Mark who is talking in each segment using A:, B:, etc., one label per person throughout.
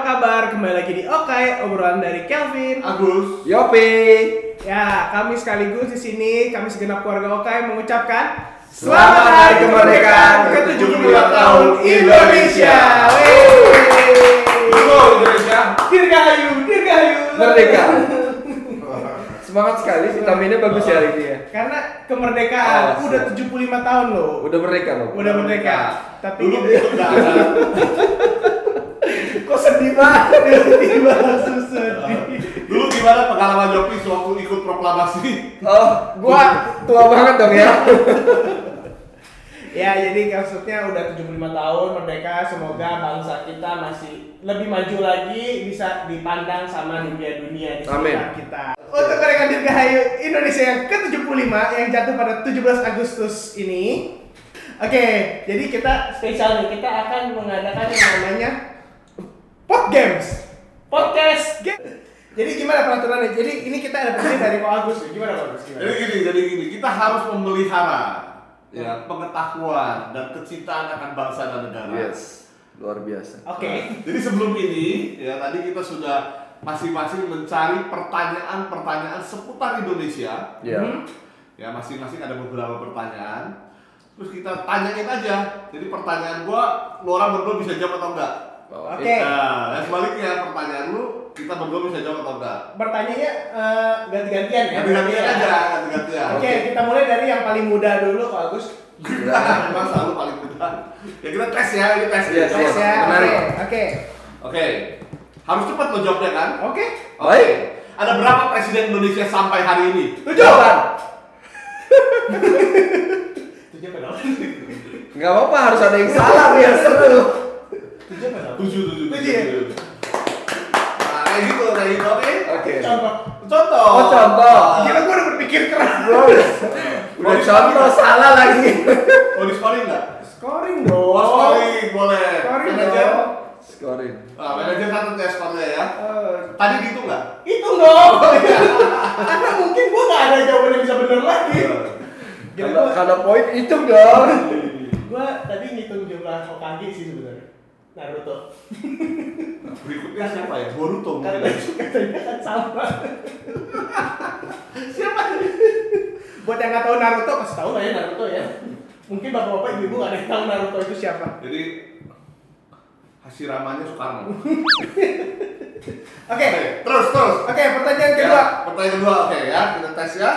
A: kembali lagi di Okai obrolan dari Kelvin.
B: Agus.
C: Yopi.
A: Ya, kami sekaligus di sini kami segenap keluarga Okai mengucapkan
C: Selamat Hari Kemerdekaan
A: ke-72
C: ke-72
A: tahun Indonesia. Wey.
B: Halo Indonesia.
A: Dirgahayu, dirgahayu.
C: Merdeka. Semangat sekali, vitaminnya bagus ya hari ini ya.
A: Karena kemerdekaan
C: Oh,
A: udah 75 tahun loh.
C: Udah merdeka loh.
A: Udah merdeka. Tapi
B: Dulu
A: gitu.
B: nggak ada.
A: Kok sedih banget tiba-tiba langsung sedih.
B: Dulu gimana pengalaman Jopi sewaktu ikut proklamasi?
C: Oh, gua tua banget dong ya.
A: Ya, jadi maksudnya udah 75 tahun merdeka, semoga bangsa kita masih lebih maju lagi bisa dipandang sama dunia dunia di
C: Amin.
A: sekitar kita. Untuk mereka dirgahayu Indonesia yang ke-75 yang jatuh pada 17 Agustus ini. Oke, jadi kita spesial nih, kita akan mengadakan yang namanya Pod Games. Podcast Game. Jadi gimana peraturannya? Jadi ini kita ada pesan dari Pak Agus. Gimana Pak Agus? Gimana?
B: Jadi gini, jadi gini, kita harus memelihara
C: Ya.
B: pengetahuan dan kecintaan akan bangsa dan negara.
C: Yes. Luar biasa.
A: Oke.
B: Jadi sebelum ini, ya tadi kita sudah masing-masing mencari pertanyaan-pertanyaan seputar Indonesia.
C: Ya.
B: Ya, masing-masing ada beberapa pertanyaan. Terus kita tanyain aja. Jadi pertanyaan gua, lu orang berdua bisa jawab atau enggak?
C: Oh,
A: Oke.
C: eh,
B: Nah, dan sebaliknya pertanyaan lu, kita berdua bisa jawab atau enggak?
A: bertanyanya eh, ganti-gantian ya.
B: Ganti-gantian aja, ganti-gantian.
A: Oke, kita mulai dari yang paling muda dulu, Kak Agus.
B: Emang selalu paling muda. Ya kita tes ya, ini tes.
C: Iya,
B: Coba.
A: Yes ya. Oke,
C: menarik.
A: oke,
B: Oke. Harus cepat lo jawabnya kan?
A: oke.
B: Oke.
C: Baik.
B: Ada berapa presiden Indonesia sampai hari ini?
A: Tujuh.
C: Delapan.
A: Tujuh pedal.
C: Nggak apa-apa harus ada yang salah biar seru.
A: Tujuh pedal.
B: Tujuh, tujuh,
A: Tujuh ya?
B: tujuh. Nah, kayak gitu, kayak gitu, oke?
C: Oke.
A: Contoh.
B: Contoh.
C: Oh, contoh.
A: Kira gue udah berpikir keras.
C: Bro, Udah contoh salah lagi.
B: Mau di scoring nggak?
A: Scoring
B: Oh,
A: dong.
B: scoring, boleh.
A: Scoring
B: Manajer.
A: dong.
C: Skorin.
B: Nah, manajer catat ya skornya
C: Oh,
B: ya.
A: Eh,
B: Tadi gitu nggak?
A: hitung dong. Karena mungkin gue gak ada jawaban yang bisa bener lagi. Gila
C: Kalau
A: gue,
C: kalau poin hitung dong.
A: gue tadi ngitung jumlah Hokage sih sebenarnya. Naruto.
B: Berikutnya siapa ya? Boruto mungkin.
A: Karena katanya kan sama.
B: Siapa?
A: Buat yang nggak tahu Naruto, pasti tahu lah ya Naruto ya. Mungkin bapak-bapak ibu-ibu nggak ada yang tahu Naruto itu siapa.
B: Jadi Hashiramannya Soekarno.
A: Oke,
B: terus terus.
A: oke pertanyaan kedua.
B: Ya, pertanyaan kedua oke ya, kita tes ya.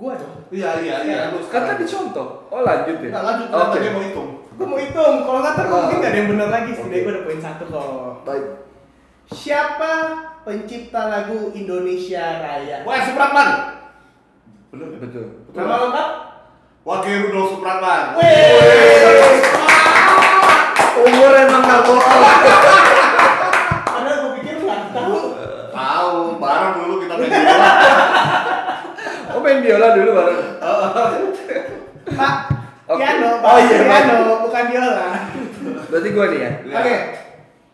A: Gua dong.
B: Iya iya iya. Lu
C: Kan
B: sekarang.
C: tadi contoh. Oh lanjut ya.
B: Nah, lanjut
C: Oke.
B: okay. tadi mau hitung.
A: Gua mau hitung. Kalau nggak tahu
C: Ah.
A: mungkin nggak ada yang benar lagi. Setidaknya
C: Oke.
A: gua ada poin satu kalau.
C: Baik.
A: Siapa pencipta lagu Indonesia Raya?
B: Wah, Supratman. Benar benar.
C: Betul.
A: Nama lengkap?
B: Wakil Rudolf Supratman.
A: Wih.
C: Umur emang gak bohong.
A: Padahal gua pikir lu nggak tahu.
B: Eh, Tahu, bareng dulu kita main bola.
C: Oh main biola dulu baru.
A: Pak,
C: Oke.
A: piano, Pak,
C: Oh, iya,
A: piano, bukan biola.
C: Berarti gue nih ya.
A: Oke,
B: Iya.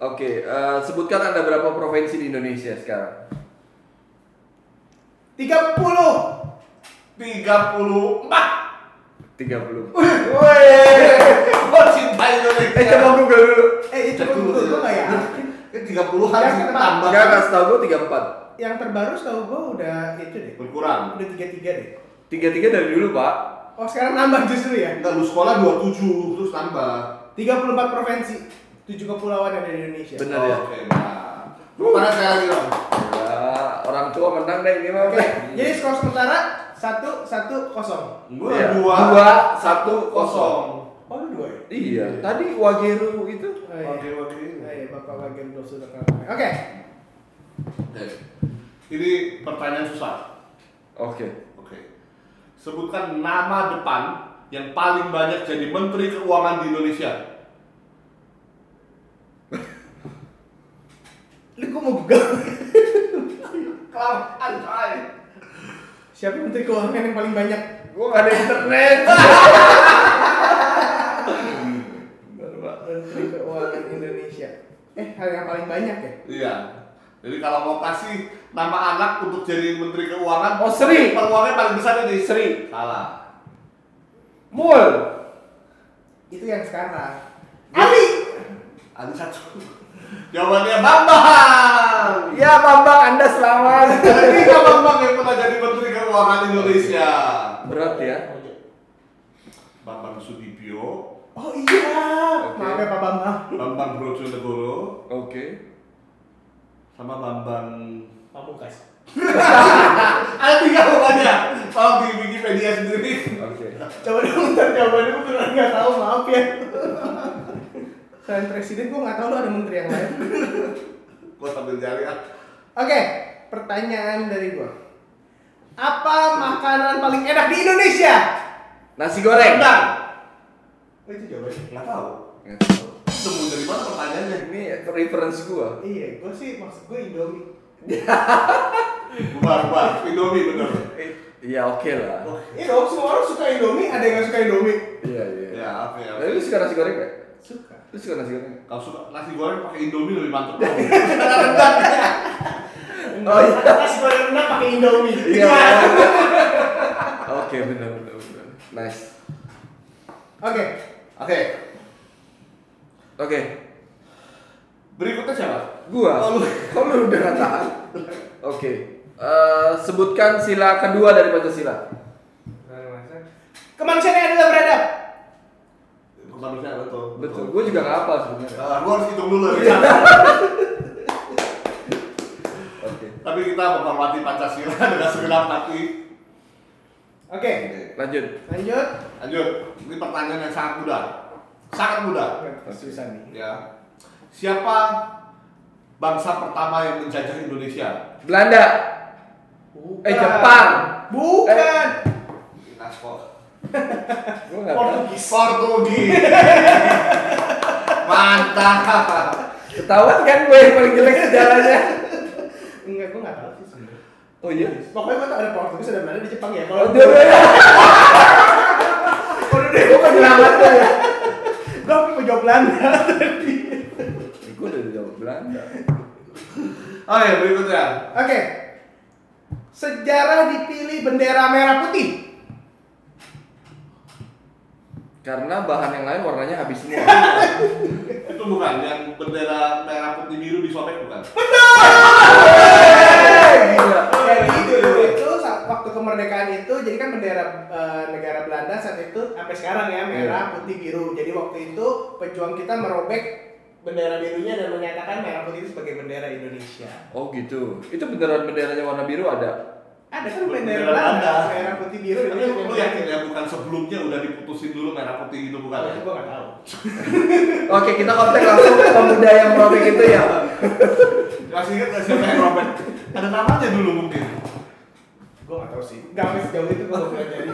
C: Oke, eh, sebutkan ada berapa provinsi di Indonesia sekarang?
A: 30
B: 34.
C: 30.
B: Oh, cinta Indonesia.
C: Eh coba ya? google dulu.
A: Eh, itu gua gua gua nggak yakin.
B: Kan 30-an
A: Ya,
B: kita
A: Pak.
B: tambah.
C: Enggak, kasih tau gue 34.
A: Yang terbaru setahu gua udah itu deh.
B: Berkurang.
A: Udah 33 deh.
C: 33 dari dulu, Pak.
A: Oh sekarang nambah justru ya?
B: Enggak, lu sekolah 27 terus tambah.
A: 34 provinsi, 7 kepulauan ada di Indonesia.
C: Bener.
B: Oke,
C: ya?
B: nah. Lu mana sekali lagi dong?
C: Ya, orang tua menang deh ini mah.
A: Oke, jadi skor sementara 1 1 0.
B: Gua
C: Iya.
B: dua,
C: Dua, satu,
B: kosong.
A: Oh, lu 2 ya?
C: Iya, tadi Wageru itu.
A: Oh, iya.
B: Oke, oke.
A: Oh, iya, Bapak bagian belum sudah kalah. Oke.
B: Oke. Ini pertanyaan susah.
C: Oke.
B: Oke. Sebutkan nama depan yang paling banyak jadi menteri keuangan di Indonesia.
A: Lu kok mau buka?
B: Kelamaan, coy.
A: Siapa menteri keuangan yang paling banyak?
C: Gue gak ada internet. Bentar, Pak.
A: Menteri keuangan Indonesia. Eh, hal yang paling banyak ya?
B: Iya. Jadi kalau mau kasih nama anak untuk jadi menteri keuangan,
C: Oh, Sri.
B: Peluangnya paling besar ini
C: Sri.
B: Salah.
C: Mul.
A: Itu yang sekarang. Ali.
B: Ada satu. Jawabannya Bambang.
C: Ya Bambang, Anda selamat.
B: Ketika Bambang yang pernah jadi Menteri Keuangan Indonesia.
C: Berat ya.
B: Bambang Sudibyo,
A: Oh iya.
C: Oke.
A: Maaf ya Pak Bambang.
B: Bambang Brojonegoro,
C: Oke.
B: sama Bambang
D: Pamungkas.
B: ada tiga pokoknya kalau di Wikipedia sendiri
C: Oke.
A: Coba dong ntar jawabannya gue beneran nggak tahu maaf ya. Selain presiden gue nggak tahu lo ada menteri yang lain.
B: gua sambil cari ah
A: Oke, pertanyaan dari gue. Apa makanan paling enak di Indonesia?
C: Nasi goreng.
B: Rendang.
A: Oh, itu jawabannya.
B: nggak tahu
C: Nggak tahu.
B: temu dari mana pertanyaannya
C: Ini reference gua.
A: Iya, gue sih maksud gue Indomie.
B: bubar bubar Indomie bener
C: Eh, Iya oke lah.
A: Iya dong, semua orang suka Indomie, ada yang nggak suka Indomie?
C: Iya iya.
B: ya apa ya
C: Tapi lu suka nasi goreng nggak?
A: Suka.
C: Lu suka nasi goreng? nggak?
B: kalau suka nasi goreng pakai Indomie lebih mantep karena rendang
C: Oh, iya.
A: Nasi goreng enak pakai Indomie.
C: Iya. Oke benar benar benar. Nice.
A: Oke,
B: oke
C: Oke.
B: berikutnya siapa
C: Gua.
B: Oh, lu.
C: Kok lu udah nggak tahan? Oke. Eh, sebutkan sila kedua dari Pancasila.
A: kemanusiaan yang adalah beradab.
B: kemanusiaan betul
C: Betul. Gua juga nggak apa sebenarnya.
B: Eh, gua harus hitung dulu ya.
C: Oke.
B: tapi kita menghormati Pancasila dengan segenap hati
A: Oke,
C: Lanjut.
A: lanjut.
B: lanjut ini pertanyaan yang sangat mudah sangat mudah
A: Susah nih.
C: Eh,
B: ya siapa bangsa pertama yang menjajah Indonesia
C: Belanda.
A: Bukan.
C: Eh, Jepang. Eh.
A: Bukan.
B: Naskol
C: Gua nggak tahu.
A: Portugis.
B: Portugis mantap
C: Ketahuan kan gue yang paling jelek sejarahnya.
A: Enggak, gue nggak tahu sih sebenarnya.
C: Oh iya.
A: Pokoknya gue tau ada Portugis, ada Belanda di Jepang ya. Kalau
C: Oh, dia beda.
A: kalau
C: Gue penyelamatnya ya.
A: gue mau jawab Belanda tadi.
C: Gue udah jawab Belanda.
B: oh ya berikutnya
A: Oke. Sejarah dipilih bendera merah putih.
C: Karena bahan yang lain warnanya habis semua.
B: itu bukan yang bendera merah putih biru disobek bukan
C: Hey, Gila.
A: Jadi dulu itu saat- waktu kemerdekaan itu jadi kan bendera eh, negara Belanda saat itu sampai sekarang ya merah,
C: Iya.
A: putih, biru. Jadi waktu itu pejuang kita merobek bendera birunya dan menyatakan merah putih itu sebagai bendera Indonesia.
C: Oh gitu. Itu beneran benderanya warna biru ada.
A: Ada kan bendera,
B: Bendera
A: Belanda,
B: Belanda.
A: merah, putih, biru.
B: tapi
A: itu
B: lu yakin ya bukan sebelumnya udah diputusin dulu merah putih gitu bukan ya
A: Gue nggak tahu.
C: Oke, kita kontak langsung ke pemuda yang merobek itu ya.
B: masih ingat nggak siapa yang robek ada namanya dulu mungkin
A: Gue nggak tahu sih. Gak sampai sejauh itu gue pelajari.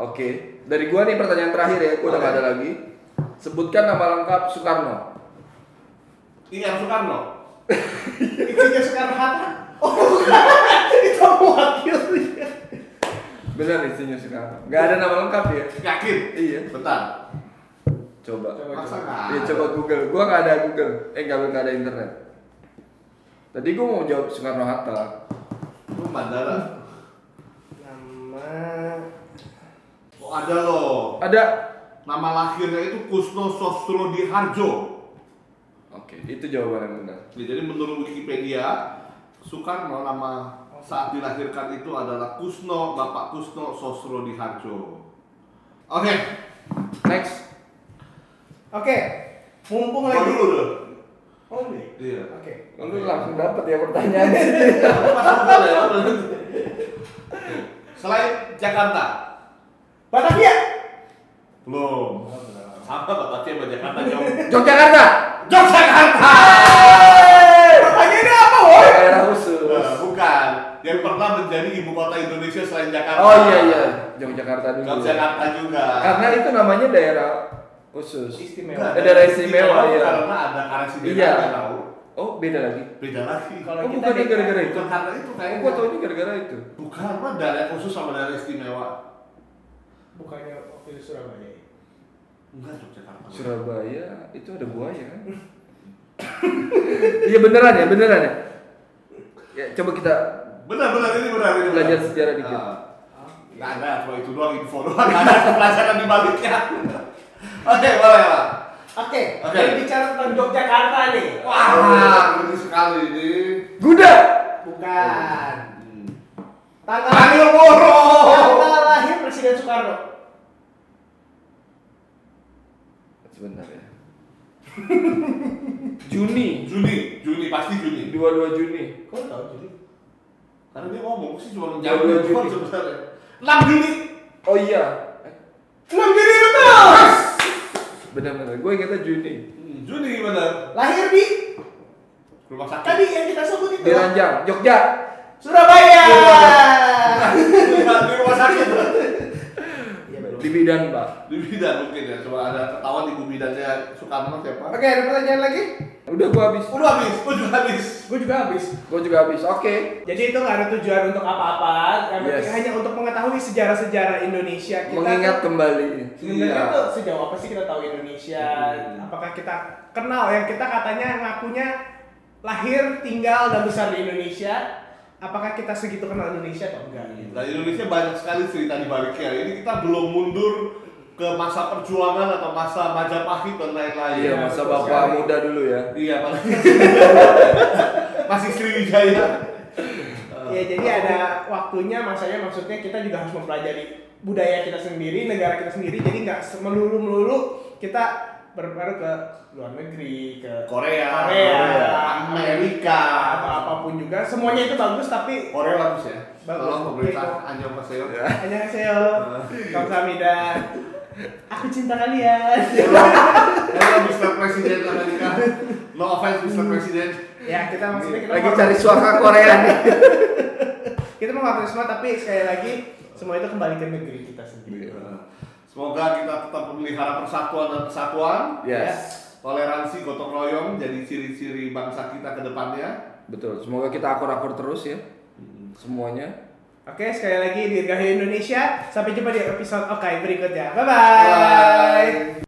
C: Oke. Dari gua nih pertanyaan terakhir ya. Gua udah gak ada lagi. Sebutkan nama lengkap Soekarno.
B: ini yang Soekarno
A: Istrinya Soekarno Hatta. Oh bukan, itu wakilnya.
C: Benar isinya Soekarno. Gak ada nama lengkap ya.
B: yakin
C: Iya.
B: bentar
C: Coba.
B: masa nggak
C: Ya coba Google. Gua nggak ada Google. Eh nggak nggak ada internet. Tadi gua mau jawab Soekarno Hatta.
B: lu bandara
A: Nama
B: oh ada loh
C: Ada.
B: Nama lahirnya itu Kusno Sostro Diharjo.
C: Oke, itu jawaban yang benar.
B: Ya, jadi menurut Wikipedia, Soekarno nama saat dilahirkan itu adalah Kusno Bapak Kusno Sostro Diharjo. Oke,
C: Next.
A: Oke, mumpung
B: gua
A: lagi.
B: dulu deh.
A: Oh, ini.
B: Iya.
A: Oke.
C: Lalu langsung dapat ya pertanyaannya.
B: Pas gua ya, berarti. Selain Jakarta,
A: Batavia.
B: belum. Sama Batavia sama Jakarta jauh.
C: Yogyakarta.
B: Yogyakarta.
A: Eh, Pertanyaannya apa, woi?
C: Daerah khusus.
B: Eh, bukan yang pernah menjadi ibu kota Indonesia selain Jakarta.
C: Oh iya iya, Yogyakarta dulu.
B: Yogyakarta juga.
C: Karena itu namanya daerah khusus.
A: Istimewa.
B: Enggak,
C: Ada daerah istimewa,
B: istimewa
C: iya.
B: Karena ada karena
C: Iya.
B: nggak tahu.
C: Oh beda lagi.
B: Beda lagi.
A: Kalau
C: Oh
A: kita
C: bukan
A: di-
C: gara-gara itu.
B: Bukan karena itu
C: Oh,
B: kayaknya.
C: gua taunya gara-gara itu.
B: Bukan mah daerah khusus sama daerah istimewa.
A: Bukannya waktu di Surabaya. ya?
B: Enggak Yogyakarta.
C: Surabaya itu ada buaya kan? Iya beneran ya beneran ya. Ya coba kita
B: Benar benar ini benar ini. benar.
C: Belajar sejarah dikit.
B: Ah. Nggak ada, cuma itu doang info doang. Nggak ada pelajaran di baliknya. Oke, boleh lah.
A: Oke,
B: Oke.
A: berbicara tentang Yogyakarta nih.
B: Wah, ngeri sekali ini.
C: Guda.
A: Bukan.
B: Hmm.
A: Tanggal
B: Malioboro.
A: Tanggal lahir Presiden Soekarno.
C: Sebentar ya. Juni,
B: Juni, Juni pasti Juni.
C: 22 Juni.
A: Kok tahu jadi?
B: Karena dia ngomong sih cuma
C: Ya,
B: menjawab
C: dua
B: depan
C: Juni.
B: sebenarnya. 6 Juni.
C: Oh iya.
A: 6 Juni betul.
C: Benar-benar. Gue ingetnya Juni.
B: Hmm, Juni gimana?
A: Lahir di
B: Rumah sakit.
A: tadi yang kita sebut itu
C: Di Ranjang, Jogja.
A: Surabaya.
B: di rumah sakit.
A: Iya, belum.
C: Di Bidan, Pak.
B: Di bidan mungkin ya, cuma ada ketahuan ibu bidannya Soekarno siapa?
A: Oke, ada pertanyaan lagi?
C: Udah gue habis.
B: Udah habis, gua juga habis.
A: Gue juga habis.
C: Gue juga habis. Oke.
A: Jadi itu nggak ada tujuan untuk apa-apa, yang penting
C: Yes.
A: hanya untuk mengetahui sejarah-sejarah Indonesia kita.
C: Mengingat kembali.
A: Sebenarnya
B: Iya.
A: itu sejauh apa sih kita tahu Indonesia?
B: Hmm.
A: Apakah kita kenal yang kita katanya ngakunya lahir, tinggal dan besar di Indonesia? Apakah kita segitu kenal Indonesia atau enggak? gitu?
B: Dan Nah, Indonesia banyak sekali cerita di baliknya. Ini kita belum mundur ke masa perjuangan atau masa Majapahit dan lain-lain.
C: Iya, masa
B: Betul
C: bapak
B: sekali.
C: muda dulu ya.
B: Iya, Pak. masih Sriwijaya.
A: Ya jadi ada waktunya, masanya maksudnya kita juga harus mempelajari budaya kita sendiri, negara kita sendiri. Jadi nggak se- melulu-melulu kita berbaru ke luar negeri, ke
B: Korea,
A: Korea,
B: Amerika,
A: atau apapun juga. Semuanya itu bagus tapi
B: Korea bagus ya.
A: Bagus.
B: Tolong pemerintah
A: Oke.
B: anjong paseo.
A: hanya seo, kamsahamnida. Aku cinta kalian.
B: Hello Mr. President Amerika. No offense Mr. President.
A: ya kita maksudnya kita
C: Lagi
A: menghormati-
C: cari suara Korea nih.
A: kita menghargai semua tapi sekali lagi semua itu kembali ke negeri kita sendiri.
C: Iya.
B: Semoga kita tetap memelihara persatuan dan kesatuan.
C: Yes.
B: Toleransi gotong royong jadi ciri-ciri bangsa kita ke depannya.
C: Betul. Semoga kita akur-akur terus ya.
B: Hmm.
C: Semuanya.
A: Oke, sekali lagi Dirgahayu Indonesia. Sampai jumpa di episode Oke berikutnya.
B: Bye.
A: Bye-bye.